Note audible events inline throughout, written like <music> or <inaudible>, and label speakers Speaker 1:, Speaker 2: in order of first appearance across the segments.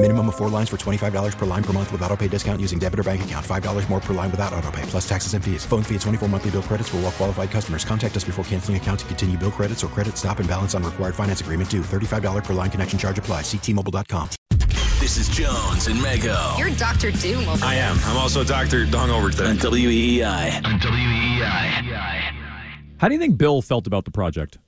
Speaker 1: Minimum of four lines for $25 per line per month with auto pay discount using debit or bank account. $5 more per line without auto pay, plus taxes and fees. Phone fee at 24 monthly bill credits for all well qualified customers. Contact us before canceling account to continue bill credits or credit stop and balance on required finance agreement due. $35 per line connection charge applies. Ctmobile.com.
Speaker 2: This is Jones and Mego.
Speaker 3: You're Dr. Doom. over
Speaker 4: I am. I'm also Dr. Hungover
Speaker 2: on
Speaker 4: today.
Speaker 2: WEEI.
Speaker 5: How do you think Bill felt about the project?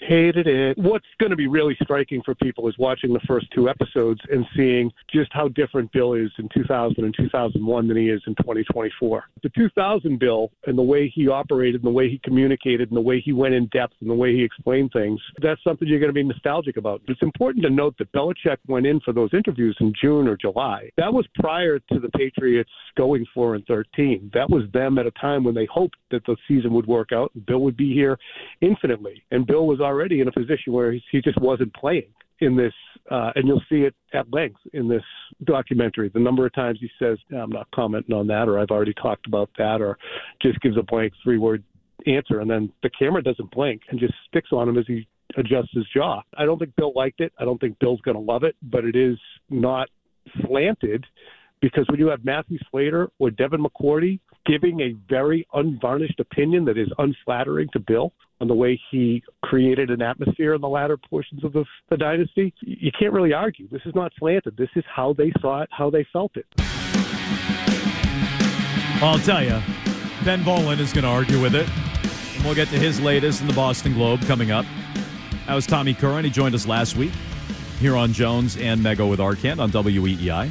Speaker 6: Hated it. What's going to be really striking for people is watching the first two episodes and seeing just how different Bill is in 2000 and 2001 than he is in 2024. The 2000 Bill and the way he operated and the way he communicated and the way he went in depth and the way he explained things, that's something you're going to be nostalgic about. It's important to note that Belichick went in for those interviews in June or July. That was prior to the Patriots going 4 and 13. That was them at a time when they hoped that the season would work out and Bill would be here infinitely. And Bill was already in a position where he, he just wasn't playing in this, uh, and you'll see it at length in this documentary. The number of times he says, I'm not commenting on that, or I've already talked about that, or just gives a blank three word answer. And then the camera doesn't blink and just sticks on him as he adjusts his jaw. I don't think Bill liked it. I don't think Bill's going to love it, but it is not slanted because when you have Matthew Slater or Devin McCourty giving a very unvarnished opinion that is unflattering to Bill on the way he created an atmosphere in the latter portions of the, the dynasty, you can't really argue. This is not slanted. This is how they saw it, how they felt it.
Speaker 5: Well, I'll tell you, Ben Bolin is going to argue with it. And we'll get to his latest in the Boston Globe coming up. That was Tommy Curran. He joined us last week here on Jones and Mego with Arcand on WEEI.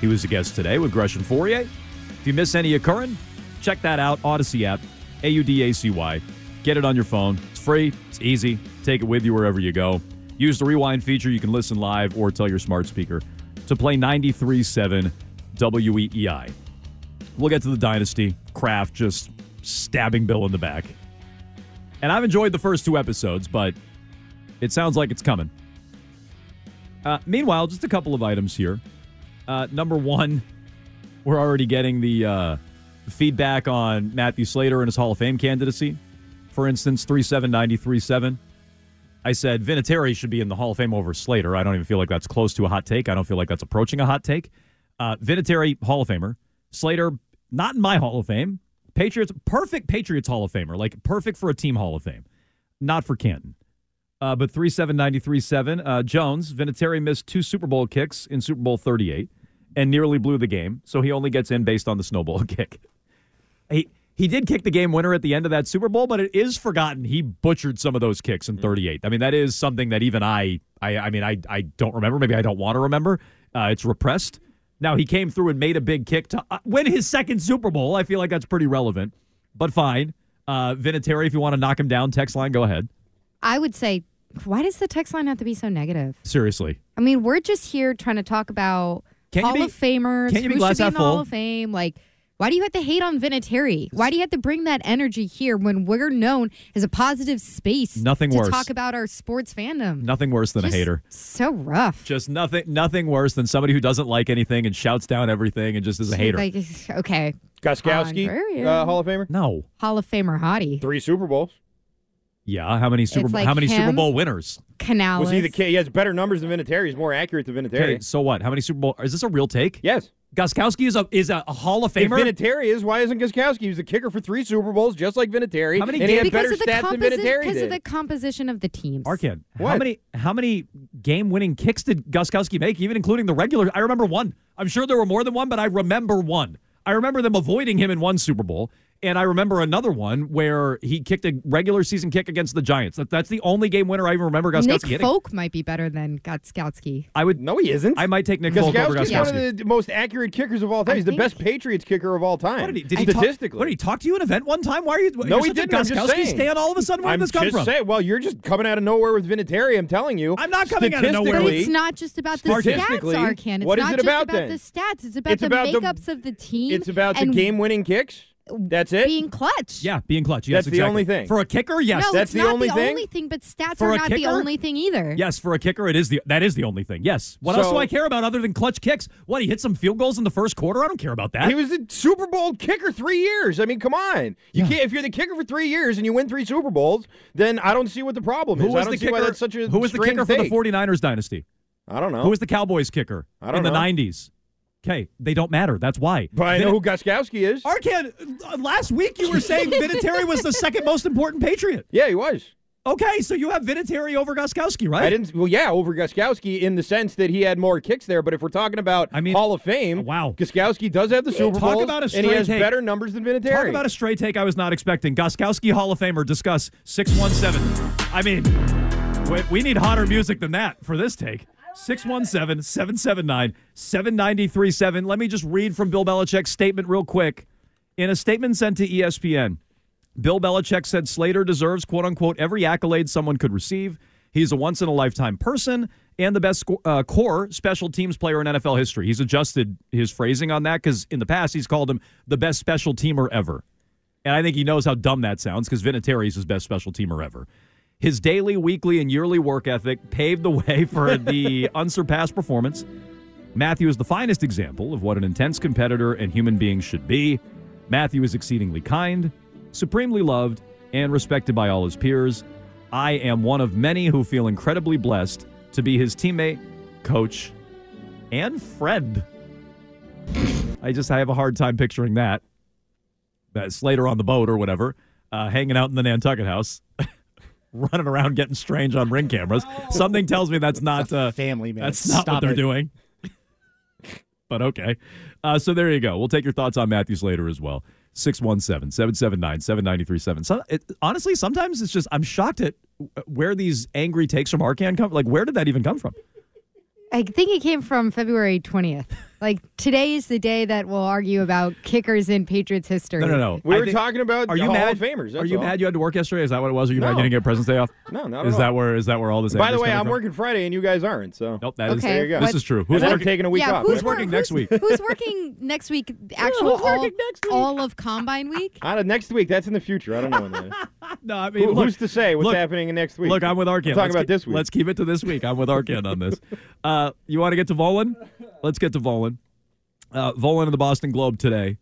Speaker 5: He was a guest today with Gresham Fourier. If you miss any of Curran, check that out. Odyssey app, A U D A C Y. Get it on your phone. It's free, it's easy. Take it with you wherever you go. Use the rewind feature. You can listen live or tell your smart speaker to play 93.7 WEEI. E We'll get to the dynasty. Kraft just stabbing Bill in the back. And I've enjoyed the first two episodes, but it sounds like it's coming. Uh, meanwhile, just a couple of items here. Uh, number one, we're already getting the uh, feedback on Matthew Slater and his Hall of Fame candidacy. For instance, 37937. I said Vinatieri should be in the Hall of Fame over Slater. I don't even feel like that's close to a hot take. I don't feel like that's approaching a hot take. Uh, Vinatieri, Hall of Famer. Slater, not in my Hall of Fame. Patriots, perfect Patriots Hall of Famer, like perfect for a team Hall of Fame, not for Canton. Uh, but 37937, uh, Jones, Vinatieri missed two Super Bowl kicks in Super Bowl 38 and nearly blew the game. So he only gets in based on the snowball <laughs> kick. He he did kick the game winner at the end of that Super Bowl, but it is forgotten he butchered some of those kicks in 38. I mean, that is something that even I I, I mean I I don't remember. Maybe I don't want to remember. Uh, it's repressed. Now he came through and made a big kick to uh, win his second Super Bowl. I feel like that's pretty relevant, but fine. Uh, Vinatieri, if you want to knock him down, text line, go ahead.
Speaker 3: I would say, why does the text line have to be so negative?
Speaker 5: Seriously,
Speaker 3: I mean, we're just here trying to talk about
Speaker 5: Can't you
Speaker 3: Hall
Speaker 5: be-
Speaker 3: of Famers.
Speaker 5: can't you be
Speaker 3: who should
Speaker 5: glass
Speaker 3: be
Speaker 5: half
Speaker 3: in the Hall
Speaker 5: full?
Speaker 3: of Fame? Like, why do you have to hate on Vinatieri? Why do you have to bring that energy here when we're known as a positive space?
Speaker 5: Nothing
Speaker 3: to
Speaker 5: worse.
Speaker 3: talk about our sports fandom.
Speaker 5: nothing worse than
Speaker 3: Just
Speaker 5: a hater.
Speaker 3: So rough.
Speaker 5: Just nothing, nothing worse than somebody who doesn't like anything and shouts down everything and just is a hater.
Speaker 3: Like, okay,
Speaker 7: Goskowski,
Speaker 3: Contrarian.
Speaker 7: uh, Hall of Famer,
Speaker 5: no,
Speaker 3: Hall of Famer hottie.
Speaker 7: three Super Bowls.
Speaker 5: yeah. How many Super?
Speaker 3: It's like
Speaker 5: how many Super
Speaker 3: him.
Speaker 5: Bowl winners?
Speaker 3: Canales.
Speaker 7: Was he the kid? He has better numbers than Vinatieri. He's more accurate than Vinatieri.
Speaker 5: Okay, so what? How many Super Bowl? Is this a real take?
Speaker 7: Yes.
Speaker 5: Goskowski is a is a Hall of
Speaker 7: If
Speaker 5: Famer.
Speaker 7: Vinatieri is, why isn't Goskowski? He was the kicker for three Super Bowls, just like Vinatieri.
Speaker 5: How many
Speaker 7: and he had
Speaker 5: games-
Speaker 7: better
Speaker 3: because of the
Speaker 7: stats than
Speaker 3: composi-
Speaker 7: Vinatieri
Speaker 3: because
Speaker 7: did.
Speaker 3: of the composition of the teams.
Speaker 5: Arkin, how
Speaker 7: What?
Speaker 5: many how many game winning kicks did Goskowski make, even including the regular? I remember one. I'm sure there were more than one, but I remember one. I remember them avoiding him in one Super Bowl. And I remember another one where he kicked a regular season kick against the Giants. That, that's the only game winner I even remember
Speaker 6: Nick
Speaker 5: Goskowski hitting.
Speaker 6: Folk might be better than Gotskowski.
Speaker 5: I would
Speaker 8: no, he isn't.
Speaker 5: I might take Nick Folk over
Speaker 8: Gaskowski's one
Speaker 5: Goskowski.
Speaker 8: of the most accurate kickers of all time.
Speaker 6: I
Speaker 8: He's the
Speaker 6: think-
Speaker 8: best Patriots kicker of all time.
Speaker 5: What did he, did he talk-
Speaker 8: statistically?
Speaker 5: what did he talk to you at an event one time? Why are you?
Speaker 8: no,
Speaker 5: you're
Speaker 8: he
Speaker 5: such a
Speaker 8: didn't. I'm just
Speaker 5: Goskowski
Speaker 8: saying.
Speaker 5: stan all of a sudden. Where
Speaker 8: I'm
Speaker 5: did this come
Speaker 8: just
Speaker 5: from?
Speaker 8: saying- well, you're just coming out of nowhere with Vinatieri. I'm telling you.
Speaker 5: I'm not coming out of nowhere.
Speaker 6: But
Speaker 5: Really?
Speaker 6: it's not just about the
Speaker 8: Statistically,
Speaker 6: stats, Arcan. It's
Speaker 8: what is
Speaker 6: not
Speaker 8: it
Speaker 6: just
Speaker 8: about,
Speaker 6: about,
Speaker 8: then?
Speaker 6: the stats. It's about
Speaker 8: It's
Speaker 6: the
Speaker 8: about the-
Speaker 6: makeups of the team.
Speaker 8: It's about the
Speaker 6: and
Speaker 8: game-winning kicks. That's it.
Speaker 6: Being clutch.
Speaker 5: Yeah, being clutch. Yes,
Speaker 8: That's the
Speaker 5: exactly.
Speaker 8: only thing.
Speaker 5: for a kicker. Yes,
Speaker 6: no,
Speaker 8: that's
Speaker 6: it's
Speaker 8: the
Speaker 6: not
Speaker 8: only
Speaker 6: the
Speaker 8: thing?
Speaker 6: only thing, but stats
Speaker 5: For
Speaker 6: are
Speaker 5: a
Speaker 6: not the
Speaker 5: kicker?
Speaker 6: only thing either.
Speaker 5: Yes, for a kicker, it is the that is the only thing. Yes. What else
Speaker 8: So-
Speaker 5: do I care about other than clutch kicks? What he hit some field goals in the first quarter. I don't care about that.
Speaker 8: He was a Super Bowl kicker three years. I mean, come on. You can't, if you're the kicker for three years and you win three Super Bowls, then I don't see what the problem is.
Speaker 5: who was
Speaker 8: I don't
Speaker 5: the
Speaker 8: see
Speaker 5: kicker?
Speaker 8: why that's such a
Speaker 5: who was the
Speaker 8: strange
Speaker 5: kicker
Speaker 8: take.
Speaker 5: for the 49ers dynasty?
Speaker 8: I don't know.
Speaker 5: Who was the Cowboys kicker
Speaker 8: I don't
Speaker 5: in the
Speaker 8: know.
Speaker 5: 90s? Okay, they don't matter. That's why.
Speaker 8: but I
Speaker 5: Vin-
Speaker 8: know who Goskowski is.
Speaker 5: Arcan, uh, last week you were saying Vinatieri was the second most important Patriot.
Speaker 8: yeah, he was.
Speaker 5: Okay, so you have Vinatieri over Goskowski, right?
Speaker 8: I didn't. Well, yeah, over Goskowski in the sense that he had more kicks there. But if we're talking about
Speaker 5: I mean- uh,
Speaker 8: Hall of Fame,
Speaker 5: Wow.
Speaker 8: Goskowski does have the Super
Speaker 5: Talk
Speaker 8: Bowl,
Speaker 5: about a
Speaker 8: and he
Speaker 5: straight
Speaker 8: has
Speaker 5: take.
Speaker 8: better numbers than Vinatieri.
Speaker 5: Talk about a straight take I was not expecting. Goskowski Hall of Famer discuss 617. I mean, we, we need hotter music than that for this take. 617 779 7937. Let me just read from Bill Belichick's statement real quick. In a statement sent to E ESPN, Bill Belichick said Slater deserves, quote unquote, every accolade someone could receive. He's a once in a lifetime person and the best sco- uh, core special teams player in NFL history. He's adjusted his phrasing on that because in the past he's called him the best special teamer ever. And I think he knows how dumb that sounds because Vinatieri is his best special teamer ever. His daily, weekly, and yearly work ethic paved the way <laughs> for the unsurpassed performance. Matthew is the finest example of what an intense competitor and human being should be. Matthew is exceedingly kind, supremely loved, and respected by all his peers. I am one of many who feel incredibly blessed to be his teammate, coach, and friend. I just I have a hard time picturing that. That Slater on the boat or whatever, uh, hanging out in the Nantucket house, <laughs> running around getting strange on ring
Speaker 2: <laughs>
Speaker 5: cameras. Something tells me that's not uh,
Speaker 2: family man.
Speaker 5: that's not what
Speaker 2: Stop
Speaker 5: they're
Speaker 2: it.
Speaker 5: doing. but okay. Uh, so there you go. We'll take your thoughts on Matthews later as well. 617 779 7937. Honestly, sometimes it's just, I'm shocked at w- where these angry takes from Arcan come Like, where did that even come from?
Speaker 6: I think it came from February 20th. Like today is the day that we'll argue about kickers in Patriots history.
Speaker 5: No, no, no.
Speaker 8: We
Speaker 5: I
Speaker 8: were
Speaker 5: think-
Speaker 8: talking about
Speaker 5: Are you
Speaker 8: Hall
Speaker 5: mad?
Speaker 8: of Famers.
Speaker 5: Are
Speaker 8: that's
Speaker 5: you
Speaker 8: all.
Speaker 5: mad you had to work yesterday? Is that what it was? Are you mad
Speaker 8: No.
Speaker 5: you didn't get President's Day off?
Speaker 8: <laughs> No, not at
Speaker 5: is that
Speaker 8: all.
Speaker 5: where is that where all this?
Speaker 8: By
Speaker 5: angry
Speaker 8: the
Speaker 5: is
Speaker 8: way,
Speaker 5: coming
Speaker 8: I'm
Speaker 5: from?
Speaker 8: working Friday, and you guys aren't. So
Speaker 5: Nope, that is.
Speaker 6: Okay. There you go.
Speaker 5: This is true.
Speaker 8: Who's
Speaker 5: Who's
Speaker 8: and I'm
Speaker 5: working?
Speaker 8: taking a week
Speaker 6: yeah,
Speaker 8: off.
Speaker 6: Who's,
Speaker 5: Who's
Speaker 6: wor-
Speaker 5: working next
Speaker 6: who's-
Speaker 5: week?
Speaker 6: Who's working next week? Actual
Speaker 8: who's working
Speaker 6: all,
Speaker 8: next <laughs> week?
Speaker 6: all of Combine Week?
Speaker 8: I don't, next week. That's in the future. I don't know when
Speaker 5: <laughs>
Speaker 8: that is.
Speaker 5: <laughs> No, I mean,
Speaker 8: Who,
Speaker 5: look-
Speaker 8: who's to say what's
Speaker 5: look,
Speaker 8: happening next week?
Speaker 5: Look, I'm with Arkan.
Speaker 8: Talking
Speaker 5: Let's
Speaker 8: about
Speaker 5: keep-
Speaker 8: this week.
Speaker 5: Let's keep it to this week. I'm with Arkan
Speaker 8: <laughs>
Speaker 5: on this. Uh, you want to get to Volin? Let's get to Volin. Uh, Volin in the Boston Globe today.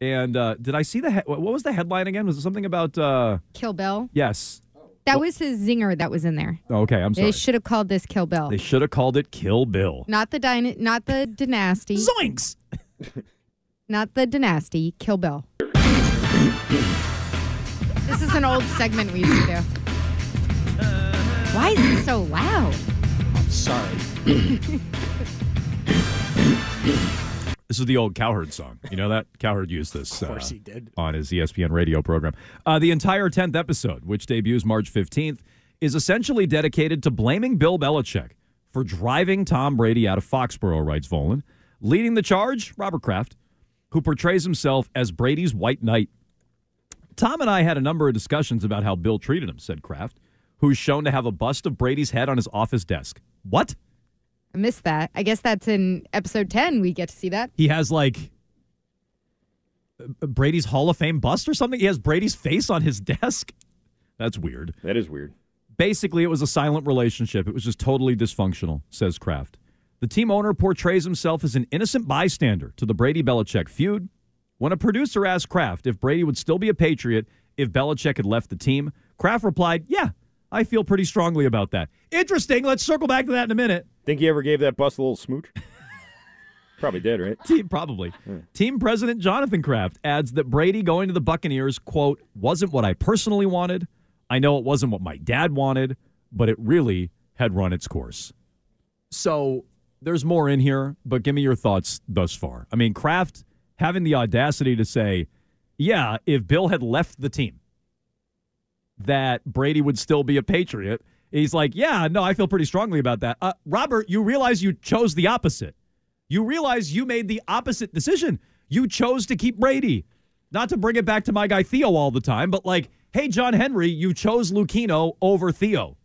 Speaker 5: And uh, did I see the he- what was the headline again? Was it something about uh,
Speaker 6: Kill Bill.
Speaker 5: yes?
Speaker 6: That was his zinger that was in there.
Speaker 5: Oh, okay, I'm sorry.
Speaker 6: They should have called this Kill Bill.
Speaker 5: They should have called it Kill Bill.
Speaker 6: Not the dyna- not the dynasty.
Speaker 5: Zoinks!
Speaker 6: Not the dynasty. Kill Bill. this is an old segment we used to do. Why is it so loud?
Speaker 2: Sorry.
Speaker 5: This is the old cowherd song. You know that cowherd used this. Of
Speaker 2: course he did.
Speaker 5: on his E ESPN radio program. Uh, the entire 10th episode, which debuts March 15th, is essentially dedicated to blaming Bill Belichick for driving Tom Brady out of Foxborough, writes Volan. Leading the charge, Robert Kraft, who portrays himself as Brady's white knight. Tom and I had a number of discussions about how Bill treated him, said Kraft, who's shown to have a bust of Brady's head on his office desk. What?
Speaker 6: I missed that. I guess that's in episode 10. We get to see that.
Speaker 5: He has like uh, Brady's Hall of Fame bust or something. He has Brady's face on his <laughs> desk. That's weird.
Speaker 8: That is weird.
Speaker 5: Basically, it was a silent relationship. It was just totally dysfunctional, says Kraft. The team owner portrays himself as an innocent bystander to the Brady Belichick feud. When a producer asked Kraft if Brady would still be a Patriot if Belichick had left the team, Kraft replied, Yeah, I feel pretty strongly about that. Interesting. Let's circle back to that in a minute.
Speaker 8: Think he ever gave that bus a little
Speaker 5: <laughs>
Speaker 8: smooch? Probably did, right?
Speaker 5: Team, probably. Team president Jonathan Kraft adds that Brady going to the Buccaneers, quote, wasn't what I personally wanted. I know it wasn't what my dad wanted, but it really had run its course. So there's more in here, but give me your thoughts thus far. I mean, Kraft having the audacity to say yeah, if Bill had left the team, that Brady would still be a Patriot. He's like, yeah, no, I feel pretty strongly about that. Uh, Robert, you realize you chose the opposite. You realize you made the opposite decision. You chose to keep Brady. Not to bring it back to my guy Theo all the time, but like, hey, John Henry, you chose Lucchino over Theo.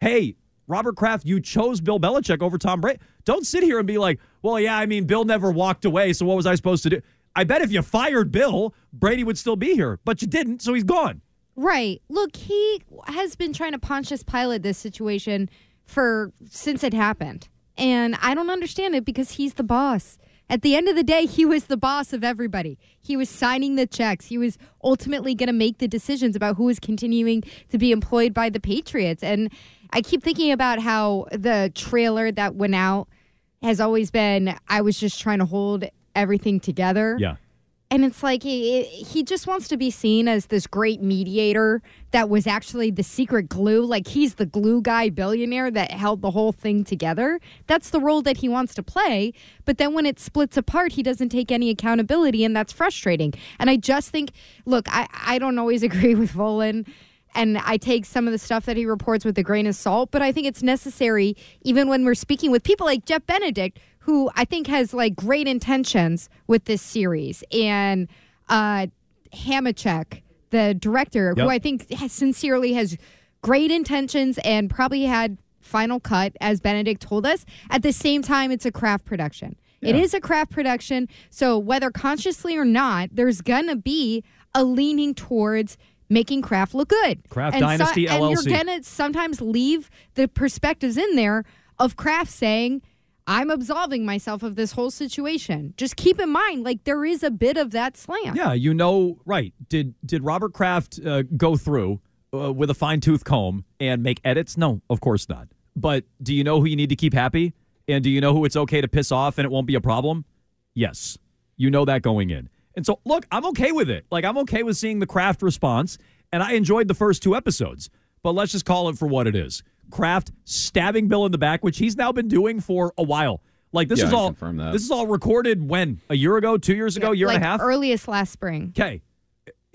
Speaker 5: Hey, Robert Kraft, you chose Bill Belichick over Tom Brady. Don't sit here and be like, well, yeah, I mean, Bill never walked away, so what was I supposed to do? I bet if you fired Bill, Brady would still be here, but you didn't, so he's gone.
Speaker 6: Right. Look, he has been trying to Pontius Pilate this situation for since it happened. And I don't understand it because he's the boss. At the end of the day, he was the boss of everybody. He was signing the checks. He was ultimately going to make the decisions about who was continuing to be employed by the Patriots. And I keep thinking about how the trailer that went out has always been I was just trying to hold everything together.
Speaker 5: Yeah.
Speaker 6: And it's like he, he just wants to be seen as this great mediator that was actually the secret glue. Like he's the glue guy billionaire that held the whole thing together. That's the role that he wants to play. But then when it splits apart, he doesn't take any accountability, and that's frustrating. And I just think, look, I, I don't always <laughs> agree with Volan. And I take some of the stuff that he reports with a grain of salt, but I think it's necessary, even when we're speaking with people like Jeff Benedict, who I think has like great intentions with this series, and uh, Hamachek, the director,
Speaker 2: Yep.
Speaker 6: who I think has, sincerely has great intentions and probably had final cut, as Benedict told us. At the same time, it's a craft production. It
Speaker 2: Yeah.
Speaker 6: is a craft production, so whether consciously or not, there's gonna be a leaning towards making craft look good.
Speaker 5: Kraft
Speaker 6: And
Speaker 5: Dynasty
Speaker 6: and
Speaker 5: LLC.
Speaker 6: you're gonna sometimes leave the perspectives in there of Kraft saying, "I'm absolving myself of this whole situation." Just keep in mind, like there is a bit of that slant.
Speaker 5: Yeah, you know, right? Did did Robert Kraft uh, go through uh, with a fine tooth comb and make edits? No, of course not. But do you know who you need to keep happy, and do you know who it's okay to piss off and it won't be a problem? Yes, you know that going in. And so, look, I'm okay with it. Like I'm okay with seeing the Kraft response, and I enjoyed the first two episodes. But let's just call it for what it is: Kraft stabbing Bill in the back, which he's now been doing for a while. Like this
Speaker 9: Yeah,
Speaker 5: is
Speaker 9: I
Speaker 5: all
Speaker 9: confirm that.
Speaker 5: this is all recorded when a year ago, two years ago, year
Speaker 6: like
Speaker 5: and a half.
Speaker 6: earliest last spring.
Speaker 5: Okay.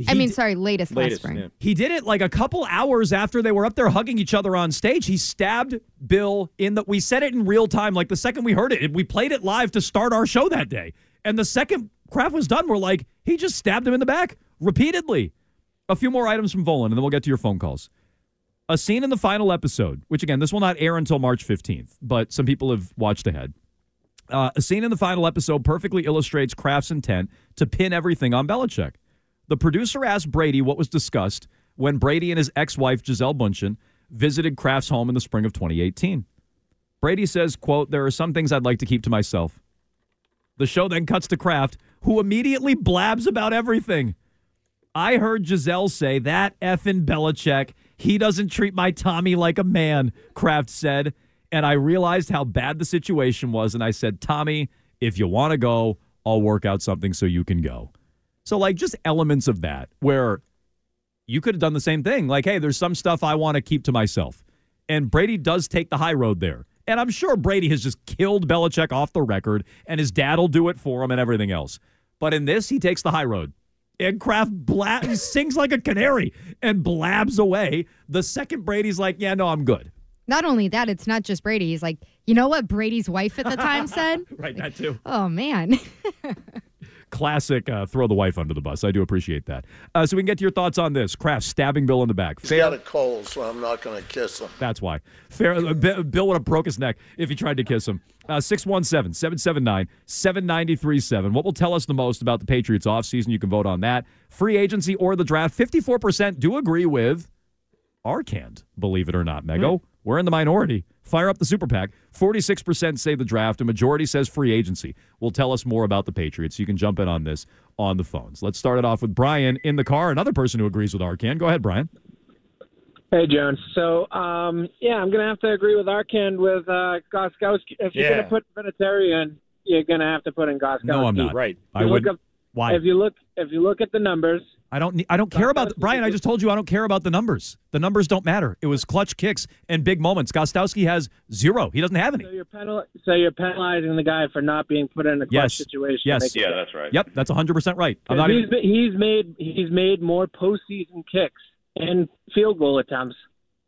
Speaker 6: I mean, sorry, latest, last
Speaker 5: Latest,
Speaker 6: spring.
Speaker 5: He did it like a couple hours after they were up there hugging each other on stage. He stabbed Bill in the. We said it in real time. Like the second we heard it, we played it live to start our show that day. And the second Kraft was done, we're like, he just stabbed him in the back repeatedly. A few more items from Volan, and then we'll get to your phone calls. A scene in the final episode, which again, this will not air until March 15th, but some people have watched ahead. Uh, a scene in the final episode perfectly illustrates Kraft's intent to pin everything on Belichick. The producer asked Brady what was discussed when Brady and his ex wife, Giselle Buncheon, visited Kraft's home in the spring of 2018. Brady says, quote, There are some things I'd like to keep to myself. The show then cuts to Kraft, who immediately blabs about everything. I heard Giselle say that effing Belichick, he doesn't treat my Tommy like a man, Kraft said. And I realized how bad the situation was. And I said, Tommy, if you want to go, I'll work out something so you can go. So, like, just elements of that where you could have done the same thing. Like, hey, there's some stuff I want to keep to myself. And Brady does take the high road there. And I'm sure Brady has just killed Belichick off the record, and his dad will do it for him and everything else. But in this, he takes the high road. And Kraft bla- he sings like a canary and blabs away. The second Brady's like, yeah, no, I'm good.
Speaker 6: Not only that, it's not just Brady. He's like, you know what Brady's wife at the time said?
Speaker 5: <laughs> Right, that too.
Speaker 6: Oh man. <laughs>
Speaker 5: Classic uh, throw the wife under the bus. I do appreciate that. Uh, so we can get to your thoughts on this. Kraft stabbing Bill in the back.
Speaker 10: He's got a cold, so I'm not going to kiss him.
Speaker 5: That's why. Fair, uh, B- Bill would have broke his neck if he tried to kiss him. Uh, 617 779 7937. What will tell us the most about the Patriots offseason? You can vote on that. Free agency or the draft. 54% do agree with Arcand, believe it or not, Mego.
Speaker 11: Hmm.
Speaker 5: We're in the minority. Fire up the super PAC. 46% say the draft. A majority says free agency. Will tell us more about the Patriots. You can jump in on this on the phones. Let's start it off with Brian in the car, another person who agrees with Arcand. Go ahead, Brian.
Speaker 11: Hey, Jones. So, um, yeah, I'm going to have to agree with Arkin with uh, Goskowski. If you're
Speaker 5: Yeah.
Speaker 11: going to put Vinatieri in, you're going to have to put in Goskowski.
Speaker 5: No, I'm not. Right.
Speaker 11: If
Speaker 5: I
Speaker 11: you look
Speaker 5: would-
Speaker 11: up-
Speaker 5: Why?
Speaker 11: If you look, if you look at the numbers,
Speaker 5: I don't. need- I don't care about Brian. I just told you I don't care about the numbers. The numbers don't matter. It was clutch kicks and big moments. Gostowski has zero. He doesn't have any.
Speaker 11: So you're, penal- so you're penalizing the guy for not being put in a clutch
Speaker 5: Yes.
Speaker 11: situation.
Speaker 5: Yes.
Speaker 11: Like-
Speaker 2: right.
Speaker 5: Yep. That's 100 percent right. I'm not
Speaker 11: he's,
Speaker 5: even.
Speaker 11: ma- he's made he's made more postseason kicks and field goal attempts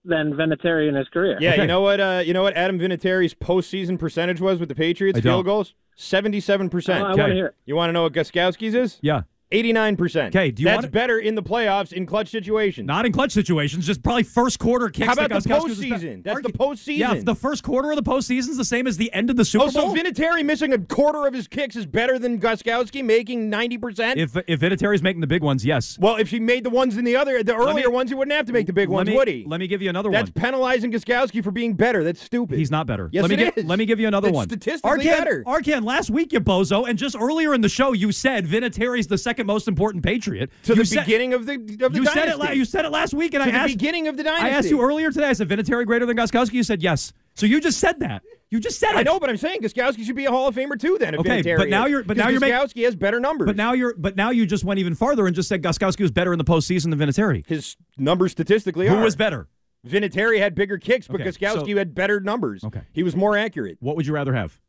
Speaker 11: than Vinatieri in his career.
Speaker 8: Yeah,
Speaker 5: <laughs>
Speaker 8: you know what? Uh, you know what? Adam Vinatieri's postseason percentage was with the Patriots
Speaker 5: I don't.
Speaker 8: field goals seventy-seven percent.
Speaker 11: Oh, I wanna Okay. hear it.
Speaker 8: You want to know what Guskowski's is?
Speaker 5: Yeah.
Speaker 8: Eighty-nine percent.
Speaker 5: Okay, do you
Speaker 8: That's
Speaker 5: wanna-
Speaker 8: better in the playoffs in clutch situations.
Speaker 5: Not in clutch situations, just probably first quarter kicks.
Speaker 8: How
Speaker 5: that
Speaker 8: about the
Speaker 5: Gostkowski was
Speaker 8: postseason? That's the postseason.
Speaker 5: Yeah, if the first quarter of the postseason's the same as the end of the Super
Speaker 8: Oh, so
Speaker 5: Bowl.
Speaker 8: Vinatieri missing a quarter of his kicks is better than Guskowski making ninety percent.
Speaker 5: if if Vinatieri's making the big ones, yes.
Speaker 8: Well, if he made the ones in the other, the
Speaker 5: Let me-
Speaker 8: earlier ones, he wouldn't have to make the big
Speaker 5: Let
Speaker 8: ones,
Speaker 5: me-
Speaker 8: would he?
Speaker 5: Let me give you another
Speaker 8: That's
Speaker 5: one.
Speaker 8: penalizing Guskowski for being better. That's stupid.
Speaker 5: He's not better.
Speaker 8: Yes,
Speaker 5: let me
Speaker 8: it
Speaker 5: give,
Speaker 8: is.
Speaker 5: Let me give you another
Speaker 8: It's
Speaker 5: one.
Speaker 8: statistically
Speaker 5: Arcan,
Speaker 8: better.
Speaker 5: Arcan, last week you bozo, and just earlier in the show you said Vinatieri's the second most important Patriot.
Speaker 8: to
Speaker 5: you
Speaker 8: the
Speaker 5: said-
Speaker 8: beginning of the of the
Speaker 5: you said it. la-
Speaker 8: dynasty.
Speaker 5: You said it last week, and
Speaker 8: To
Speaker 5: I
Speaker 8: the
Speaker 5: asked.
Speaker 8: beginning of the
Speaker 5: I asked
Speaker 8: dynasty.
Speaker 5: you earlier today. I said Vinatieri greater than Gostkowski. You said yes. So you just said that. You just said it.
Speaker 8: I know, but I'm saying Guskowski should be a Hall of Famer too. Then, if
Speaker 5: Okay,
Speaker 8: Vinatieri
Speaker 5: but now
Speaker 8: is.
Speaker 5: you're- but
Speaker 8: 'Cause
Speaker 5: now you're making-
Speaker 8: Guskowski has better numbers.
Speaker 5: But now you're. But now you just went even farther and just said Gostkowski was better in the postseason than Vinatieri.
Speaker 8: His numbers statistically,
Speaker 5: Who
Speaker 8: are.
Speaker 5: was better?
Speaker 8: Vinatieri had bigger kicks, but
Speaker 5: Okay,
Speaker 8: Guskowski
Speaker 5: so-
Speaker 8: had better numbers.
Speaker 5: Okay.
Speaker 8: he was more accurate.
Speaker 5: What would you rather have?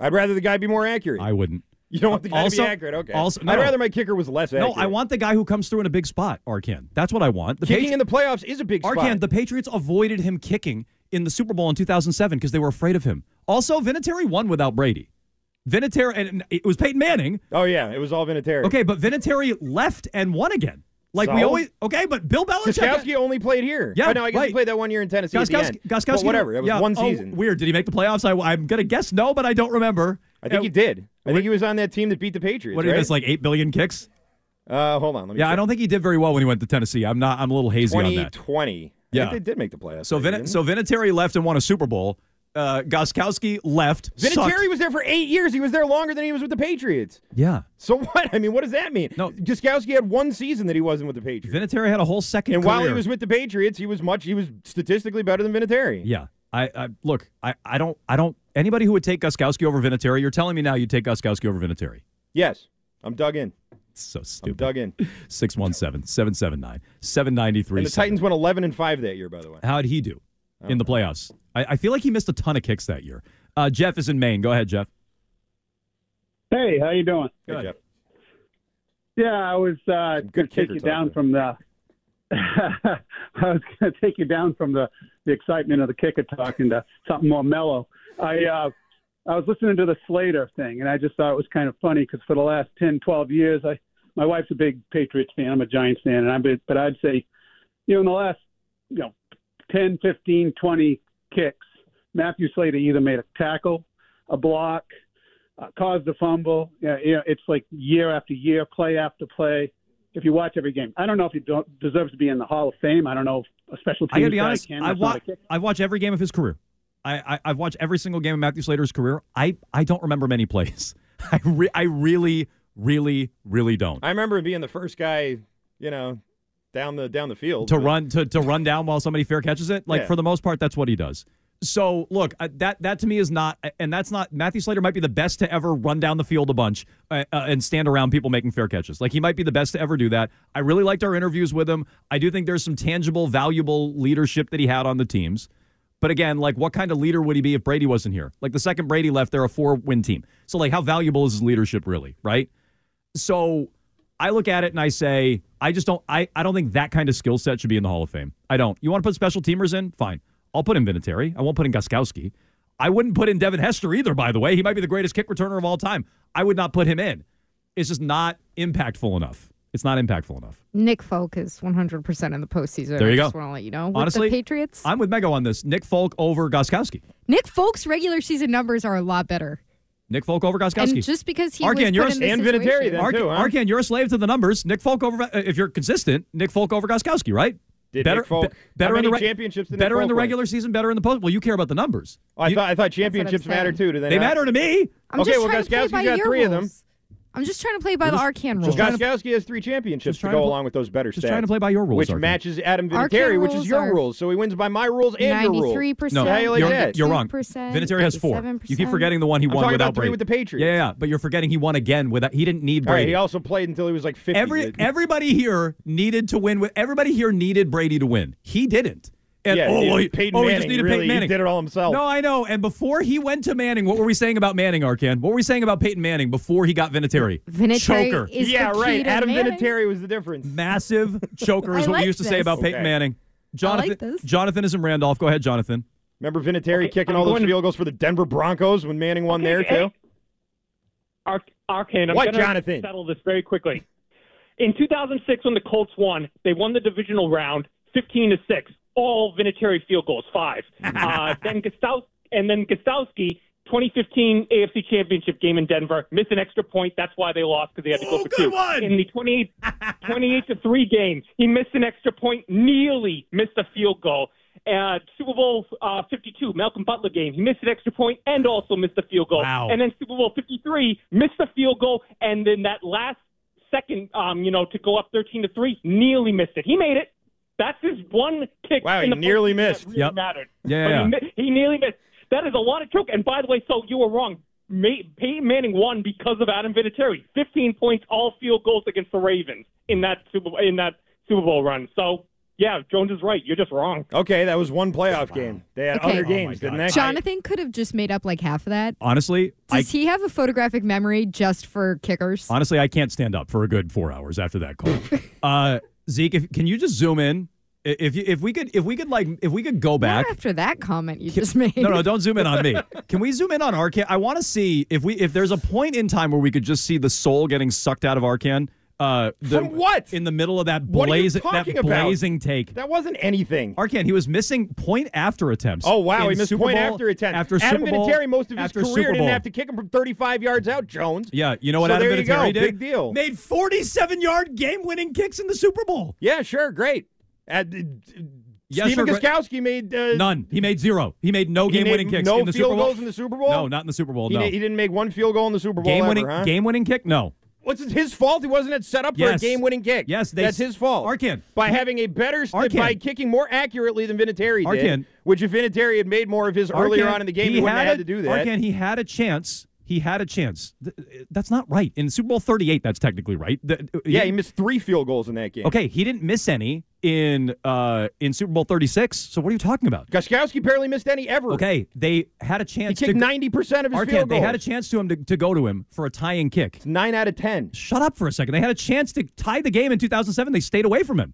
Speaker 8: I'd rather the guy be more accurate.
Speaker 5: I wouldn't.
Speaker 8: you don't want the guy
Speaker 5: also-
Speaker 8: to be accurate. Okay.
Speaker 5: also- no.
Speaker 8: I'd rather my kicker was less
Speaker 5: No,
Speaker 8: accurate.
Speaker 5: I want the guy who comes through in a big spot, Arcan. That's what I want. The
Speaker 8: kicking
Speaker 5: Patri-
Speaker 8: in the playoffs is a big spot.
Speaker 5: Arcan, the Patriots avoided him kicking in the Super Bowl in 2007 because they were afraid of him. Also, Vinatieri won without Brady. Vinatieri, and and it was Peyton Manning.
Speaker 8: oh yeah, it was all Vinatieri.
Speaker 5: Okay, but Vinatieri left and won again. Like we
Speaker 8: So?
Speaker 5: always, okay, but Bill Belichick.
Speaker 8: Guskowski only played here.
Speaker 5: Yeah,
Speaker 8: Oh, no, I guess
Speaker 5: right.
Speaker 8: he played that one year in Tennessee. at the
Speaker 5: Guskowski,
Speaker 8: end. But whatever. It was
Speaker 5: yeah,
Speaker 8: one
Speaker 5: oh,
Speaker 8: season.
Speaker 5: weird. Did he make the playoffs? I, I'm gonna guess no, but I don't remember.
Speaker 8: I think
Speaker 5: Uh,
Speaker 8: he did. I think he was on that team that beat the Patriots.
Speaker 5: What did
Speaker 8: right?
Speaker 5: he miss? Like eight billion kicks?
Speaker 8: Uh, hold on. Let me
Speaker 5: Yeah,
Speaker 8: check.
Speaker 5: I don't think he did very well when he went to Tennessee. I'm not. I'm a little hazy on that.
Speaker 8: 2020. Yeah.
Speaker 5: Yeah.
Speaker 8: I think they did make the playoffs.
Speaker 5: So
Speaker 8: that year,
Speaker 5: Vin-
Speaker 8: didn't
Speaker 5: so Vinatieri left and won a Super Bowl. Uh, Goskowski left.
Speaker 8: they?
Speaker 5: sucked.
Speaker 8: Vinatieri was there for eight years. He was there longer than he was with the Patriots.
Speaker 5: Yeah.
Speaker 8: So <laughs> what? I mean, what does that mean? No, Guskowski had one season that he wasn't with the Patriots,
Speaker 5: Vinatieri had a whole second.
Speaker 8: and while he
Speaker 5: career.
Speaker 8: was with the Patriots, he was much. He was statistically better than Vinatieri.
Speaker 5: yeah, I, I look, I, I don't, I don't. Anybody who would take Goskowski over Vinatieri, you're telling me now you'd take Goskowski over Vinatieri?
Speaker 8: Yes, I'm dug in.
Speaker 5: It's so
Speaker 8: I'm
Speaker 5: stupid.
Speaker 8: dug in. And
Speaker 5: 617-779-7937.
Speaker 8: the Titans Oh. went 11 and five that year, by the way.
Speaker 5: How'd he do in the playoffs? I, I feel like he missed a ton of kicks that year. Uh, Jeff is in Maine. Go ahead, Jeff.
Speaker 9: Hey, how you doing?
Speaker 8: Hey, Jeff.
Speaker 9: Yeah, I was uh,
Speaker 8: good
Speaker 9: going to take
Speaker 8: kicker
Speaker 9: you
Speaker 8: talk
Speaker 9: down
Speaker 8: there.
Speaker 9: from the. <laughs> I was going to take you down from the, the excitement of the kicker talk into something more mellow. I uh, I was listening to the Slater thing, and I just thought it was kind of funny because for the last ten, twelve years, I my wife's a big Patriots fan. I'm a Giants fan, and I but but I'd say, you know, in the last you know, ten, fifteen, twenty kicks, Matthew Slater either made a tackle, a block, uh, caused a fumble. Yeah, you know, it's like year after year, play after play. If you watch every game, I don't know if he don't, deserves to be in the Hall of Fame. I don't know if a special
Speaker 5: I
Speaker 9: teams
Speaker 5: gotta be
Speaker 9: guy
Speaker 5: honest.
Speaker 9: can.
Speaker 5: I
Speaker 9: That's not
Speaker 5: watch.
Speaker 9: a kick.
Speaker 5: I watch every game of his career. I, I I've watched every single game of Matthew Slater's career. I I don't remember many plays. <laughs> I re- I really really really don't.
Speaker 8: I remember him being the first guy, you know, down the down the field
Speaker 5: to
Speaker 8: but-
Speaker 5: run to, to run down while somebody fair catches it. Like
Speaker 8: Yeah.
Speaker 5: for the most part, that's what he does. So look, uh, that that to me is not, and that's not Matthew Slater might be the best to ever run down the field a bunch uh, uh, and stand around people making fair catches. Like he might be the best to ever do that. I really liked our interviews with him. I do think there's some tangible, valuable leadership that he had on the teams. But again, like what kind of leader would he be if Brady wasn't here? Like the second Brady left, they're a four-win team. So like, how valuable is his leadership really? Right? so I look at it and I say, I just don't I, I don't think that kind of skill set should be in the Hall of Fame. I don't. You want to put special teamers in? Fine. I'll put in Vinatieri. I won't put in Guskowski. I wouldn't put in Devin Hester either, by the way. He might be the greatest kick returner of all time. I would not put him in. It's just not impactful enough. It's not impactful enough.
Speaker 6: Nick Folk is 100% in the postseason.
Speaker 5: There you
Speaker 6: I
Speaker 5: go.
Speaker 6: just want to let you know. With
Speaker 5: Honestly,
Speaker 6: the Patriots,
Speaker 5: I'm with Mego on this. Nick Folk over Goskowski.
Speaker 6: Nick Folk's regular season numbers are a lot better.
Speaker 5: Nick Folk over Goskowski.
Speaker 6: And just because he was
Speaker 5: Arkan, you're
Speaker 6: put in
Speaker 5: a,
Speaker 6: this situation-
Speaker 5: Arkan, Arkan, you're a slave to the numbers. Nick Folk over. uh, If you're consistent, Nick Folk over Goskowski, right?
Speaker 8: Did Nick Folk-
Speaker 5: better
Speaker 8: how
Speaker 5: in the
Speaker 8: many championships did Nick
Speaker 5: better in
Speaker 8: Folk
Speaker 5: the
Speaker 8: win?
Speaker 5: regular season, better in the post. Well, you care about the numbers.
Speaker 8: Oh, I
Speaker 5: You-
Speaker 8: thought I thought championships
Speaker 6: saying.
Speaker 8: matter too. Do they?
Speaker 5: they
Speaker 8: not?
Speaker 5: matter to me.
Speaker 6: I'm
Speaker 8: okay,
Speaker 6: just
Speaker 8: well,
Speaker 6: trying to play
Speaker 8: Guskowski's
Speaker 6: by
Speaker 8: got
Speaker 6: your
Speaker 8: three of them.
Speaker 6: rules. I'm just trying to play by the Arcan rules.
Speaker 8: Goskowski has three championships to
Speaker 5: Just trying
Speaker 8: go
Speaker 5: to pl-
Speaker 8: along with those better
Speaker 5: just
Speaker 8: stats.
Speaker 5: trying to play by your rules,
Speaker 8: Which
Speaker 5: Arcan.
Speaker 8: matches Adam
Speaker 6: Arcan
Speaker 8: Vinatieri, which is
Speaker 6: rules
Speaker 8: your
Speaker 6: are
Speaker 8: rules. So he wins by my rules and your rules.
Speaker 6: 93%.
Speaker 5: No,
Speaker 8: How you like
Speaker 5: you're,
Speaker 8: that?
Speaker 5: you're wrong.
Speaker 6: 2%,
Speaker 5: Vinatieri has four. You keep
Speaker 6: 87%.
Speaker 5: forgetting the one he
Speaker 8: I'm
Speaker 5: won
Speaker 8: talking
Speaker 5: without
Speaker 8: about three
Speaker 5: Brady.
Speaker 8: with the Patriots.
Speaker 5: Yeah, yeah, yeah, but you're forgetting he won again without. He didn't need
Speaker 8: All right,
Speaker 5: Brady.
Speaker 8: he also played until he was like 50.
Speaker 5: Every
Speaker 8: dude.
Speaker 5: everybody here needed to win. With everybody here needed Brady to win. He didn't. And,
Speaker 8: Yeah,
Speaker 5: oh,
Speaker 8: dude,
Speaker 5: well, he-
Speaker 8: Peyton
Speaker 5: oh, he
Speaker 8: Manning,
Speaker 5: just needed
Speaker 8: really, he
Speaker 5: Peyton Manning.
Speaker 8: did it all himself.
Speaker 5: No, I know. And before he went to Manning, what were we saying about Manning, Arcan? What were we saying about Peyton Manning before he got Vinatieri?
Speaker 6: Vinatieri
Speaker 5: choker.
Speaker 6: is
Speaker 8: yeah,
Speaker 6: the key
Speaker 8: right.
Speaker 6: to
Speaker 8: Adam
Speaker 6: Manning.
Speaker 8: Vinatieri was the difference.
Speaker 6: <laughs>
Speaker 5: Massive choker
Speaker 6: I
Speaker 5: is what
Speaker 6: like
Speaker 5: we used to say
Speaker 6: this.
Speaker 5: about Peyton
Speaker 8: Okay.
Speaker 5: Manning. Jonathan,
Speaker 6: this.
Speaker 5: Jonathan is in Randolph. Go ahead, Jonathan.
Speaker 8: Remember Vinatieri
Speaker 11: Okay,
Speaker 8: kicking
Speaker 11: I'm
Speaker 8: all those
Speaker 11: going to-
Speaker 8: field goals for the Denver Broncos when Manning won there
Speaker 11: Okay,
Speaker 8: too?
Speaker 11: Ar- Arcane, I'm
Speaker 8: What,
Speaker 11: going
Speaker 8: Jonathan?
Speaker 11: to settle this very quickly. In 2006, when the Colts won, they won the divisional round 15 to 6, all Vinatieri field goals, five. Uh, then Gustav- and then Gostowski, 2015 AFC Championship game in Denver, missed an extra point. That's why they lost because they had to
Speaker 8: Oh,
Speaker 11: go for two. In the 28, 28 to 3 game, he missed an extra point, nearly missed a field goal. Uh, Super Bowl uh, 52, Malcolm Butler game, he missed an extra point and also missed a field goal.
Speaker 5: Wow.
Speaker 11: And then Super Bowl 53, missed a field goal, and then that last second, um, you know, to go up 13 to 3, nearly missed it. He made it. That's his one kick.
Speaker 8: Wow,
Speaker 11: in
Speaker 8: he
Speaker 11: the
Speaker 8: nearly
Speaker 11: postseason that
Speaker 8: missed.
Speaker 11: Really
Speaker 5: Yep.
Speaker 11: mattered.
Speaker 5: Yeah,
Speaker 11: But
Speaker 5: yeah.
Speaker 11: He, mi- he nearly missed. That is a lot of choke. And by the way, so you were wrong. Ma- Peyton Manning won because of Adam Vinatieri. 15 points, all field goals against the Ravens in that Super in that Super Bowl run. So yeah, Jones is right. You're just wrong.
Speaker 8: Okay, that was one playoff game. They had
Speaker 6: Okay.
Speaker 8: other
Speaker 6: Oh my
Speaker 8: games, didn't they?
Speaker 6: Jonathan could have just made up like half of that.
Speaker 5: Honestly, I
Speaker 6: Does he have a photographic memory just for kickers?
Speaker 5: Honestly, I can't stand up for a good four hours after that
Speaker 6: <laughs>
Speaker 5: call. uh, Zeke, if, can you just zoom in? I- If you, if we could if we could like if we could go back.
Speaker 6: Not after that comment you just
Speaker 8: <laughs>
Speaker 6: made.
Speaker 5: No, no, don't zoom in on me. Can we zoom in on Arcan? I want to see if we if there's a point in time where we could just see the soul getting sucked out of Arcan. Uh, the,
Speaker 8: From what?
Speaker 5: In the middle of that
Speaker 8: What are you
Speaker 5: blazing that
Speaker 8: talking about?
Speaker 5: blazing take.
Speaker 8: That wasn't anything.
Speaker 5: Arcan, he was missing point after attempts.
Speaker 8: Oh wow,
Speaker 5: in
Speaker 8: he missed
Speaker 5: Super
Speaker 8: point
Speaker 5: Bowl-
Speaker 8: after attempt.
Speaker 5: After
Speaker 8: Adam
Speaker 5: Super Bowl,
Speaker 8: Vinatieri most of his
Speaker 5: after
Speaker 8: career
Speaker 5: Super
Speaker 8: didn't
Speaker 5: Bowl.
Speaker 8: have to kick him from 35 yards out, Jones.
Speaker 5: Yeah, you know what
Speaker 8: So
Speaker 5: Adam
Speaker 8: there you
Speaker 5: Vinatieri
Speaker 8: go,
Speaker 5: did?
Speaker 8: big deal.
Speaker 5: Made 47 yard game winning kicks in the Super Bowl.
Speaker 8: Yeah, sure, great. Uh, d- d-
Speaker 5: Yes,
Speaker 8: Steven
Speaker 5: sir, great.
Speaker 8: Gostkowski made uh,
Speaker 5: None. He made zero. He made no
Speaker 8: He
Speaker 5: game winning
Speaker 8: made
Speaker 5: kicks
Speaker 8: no
Speaker 5: in the
Speaker 8: field
Speaker 5: Super Bowl.
Speaker 8: goals in the Super Bowl?
Speaker 5: No, not in the Super Bowl.
Speaker 8: He,
Speaker 5: no.
Speaker 8: di- he didn't make one field goal in the Super Bowl
Speaker 5: game
Speaker 8: ever,
Speaker 5: winning
Speaker 8: huh?
Speaker 5: game winning kick? No.
Speaker 8: What's it- his fault? He wasn't set up for
Speaker 5: Yes.
Speaker 8: a game-winning kick.
Speaker 5: Yes, they-
Speaker 8: that's his fault.
Speaker 5: Arkin.
Speaker 8: by having a better st-
Speaker 5: Arkin.
Speaker 8: by kicking more accurately than Vinatieri
Speaker 5: Arkin.
Speaker 8: did, which if Vinatieri had made more of his earlier
Speaker 5: Arkan,
Speaker 8: on in the game,
Speaker 5: he
Speaker 8: he, wouldn't
Speaker 5: had
Speaker 8: have had
Speaker 5: a-
Speaker 8: to do that.
Speaker 5: Arkan, he had a chance. He had a chance. Th- That's not right. In Super Bowl 38, that's technically right. The- uh,
Speaker 8: yeah, he missed three field goals in that game.
Speaker 5: Okay, he didn't miss any in uh in Super Bowl 36. So what are you talking about?
Speaker 8: Gostkowski barely missed any ever.
Speaker 5: Okay, they had a
Speaker 8: he
Speaker 5: chance
Speaker 8: kicked
Speaker 5: to
Speaker 8: ninety percent of his
Speaker 5: Arkan,
Speaker 8: field goals.
Speaker 5: they had a chance to him to, to go to him for a tying kick.
Speaker 8: It's nine out of ten.
Speaker 5: Shut up for a second. They had a chance to tie the game in 2007. They stayed away from him.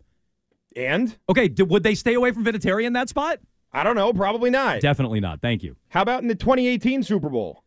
Speaker 8: And
Speaker 5: Okay, d- would they stay away from Vinatieri in that spot?
Speaker 8: I don't know, probably not.
Speaker 5: Definitely not. Thank you.
Speaker 8: How about in the 2018 Super Bowl?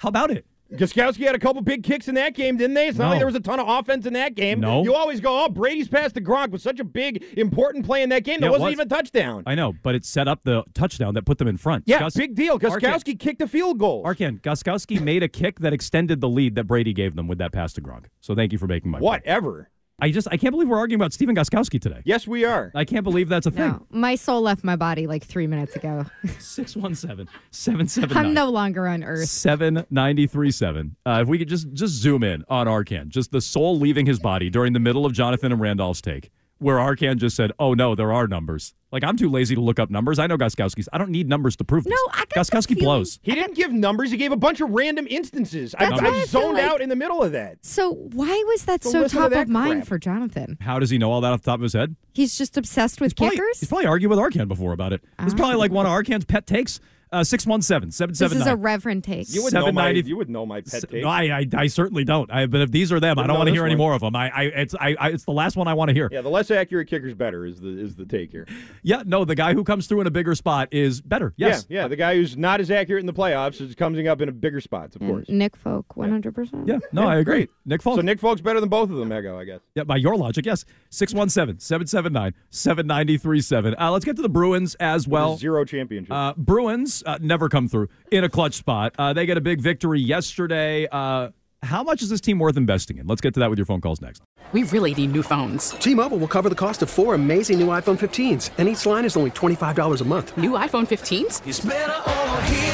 Speaker 5: How about it?
Speaker 8: Guskowski had a couple big kicks in that game, didn't they? It's not
Speaker 5: No.
Speaker 8: like there was a ton of offense in that game.
Speaker 5: No.
Speaker 8: You always go, oh, Brady's pass to Gronk was such a big, important play in that game. That
Speaker 5: Yeah, it
Speaker 8: wasn't
Speaker 5: was.
Speaker 8: even a touchdown.
Speaker 5: I know, but it set up the touchdown that put them in front.
Speaker 8: yeah,
Speaker 5: Gus-
Speaker 8: big deal. Guskowski kicked a field goal.
Speaker 5: Arkan Guskowski made a kick that extended the lead that Brady gave them with that pass to Gronk. So thank you for making my point.
Speaker 8: Whatever.
Speaker 5: I just I can't believe we're arguing about Steven Guskowski today.
Speaker 8: Yes, we are.
Speaker 5: I can't believe that's a thing.
Speaker 6: No, my soul left my body like three minutes ago.
Speaker 5: <laughs> 617 779
Speaker 6: I'm no longer on Earth.
Speaker 5: Seven ninety three seven. Uh, if we could just just zoom in on Arkan, just the soul leaving his body during the middle of Jonathan and Randolph's take, where Arkan just said, "Oh no, there are numbers." Like I'm too lazy to look up numbers. I know Goskowski's. I don't need numbers to prove this.
Speaker 6: No, I got the
Speaker 5: Goskowski
Speaker 6: feeling-
Speaker 5: blows.
Speaker 8: He didn't give numbers. He gave a bunch of random instances. I,
Speaker 6: That's why I
Speaker 8: I
Speaker 6: feel
Speaker 8: zoned
Speaker 6: like-
Speaker 8: out in the middle of that.
Speaker 6: So why was that
Speaker 8: So
Speaker 6: so
Speaker 8: listen to
Speaker 6: top
Speaker 8: that
Speaker 6: of mind
Speaker 8: crap.
Speaker 6: for Jonathan?
Speaker 5: How does he know all that off the top of his head?
Speaker 6: He's just obsessed with
Speaker 5: Probably-
Speaker 6: kickers. Ah.
Speaker 5: he's probably argued with Arkan before about it. It's probably like one of Arkan's pet takes. Uh, 617
Speaker 6: this is a
Speaker 5: 779.
Speaker 6: reverend take.
Speaker 8: You would, know my,
Speaker 5: 790
Speaker 8: you would know my pet take.
Speaker 5: No, I, I I certainly don't. I, but if these are them, I
Speaker 8: Didn't
Speaker 5: don't
Speaker 8: know
Speaker 5: want to
Speaker 8: this
Speaker 5: hear any
Speaker 8: one.
Speaker 5: more of them. I, I it's I, I it's the last one I want to hear.
Speaker 8: yeah, the less accurate kicker's better is the is the take here.
Speaker 5: Yeah, no, the guy who comes through in a bigger spot is better. Yes.
Speaker 8: Yeah, yeah. The guy who's not as accurate in the playoffs is coming up in a bigger spots, of
Speaker 6: Mm.
Speaker 8: course.
Speaker 6: Nick Folk, 100. percent
Speaker 5: Yeah, no, I agree. Nick Falk.
Speaker 8: So Nick Folk's better than both of them, Ego, I guess.
Speaker 5: yeah, by your logic, yes. 617 779 7937. Uh, Let's get to the Bruins as well.
Speaker 8: Zero championship.
Speaker 5: Uh, Bruins uh, never come through in a clutch spot. Uh, they get a big victory yesterday. Uh, How much is this team worth investing in? Let's get to that with your phone calls next.
Speaker 12: We really need new phones. T Mobile will cover the cost of four amazing new iPhone 15s, and each line is only $25 a month.
Speaker 13: New iPhone 15s?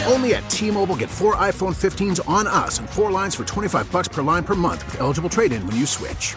Speaker 14: Only at T-Mobile, get four iPhone 15s on us and four lines for 25 bucks per line per month with eligible trade-in when you switch.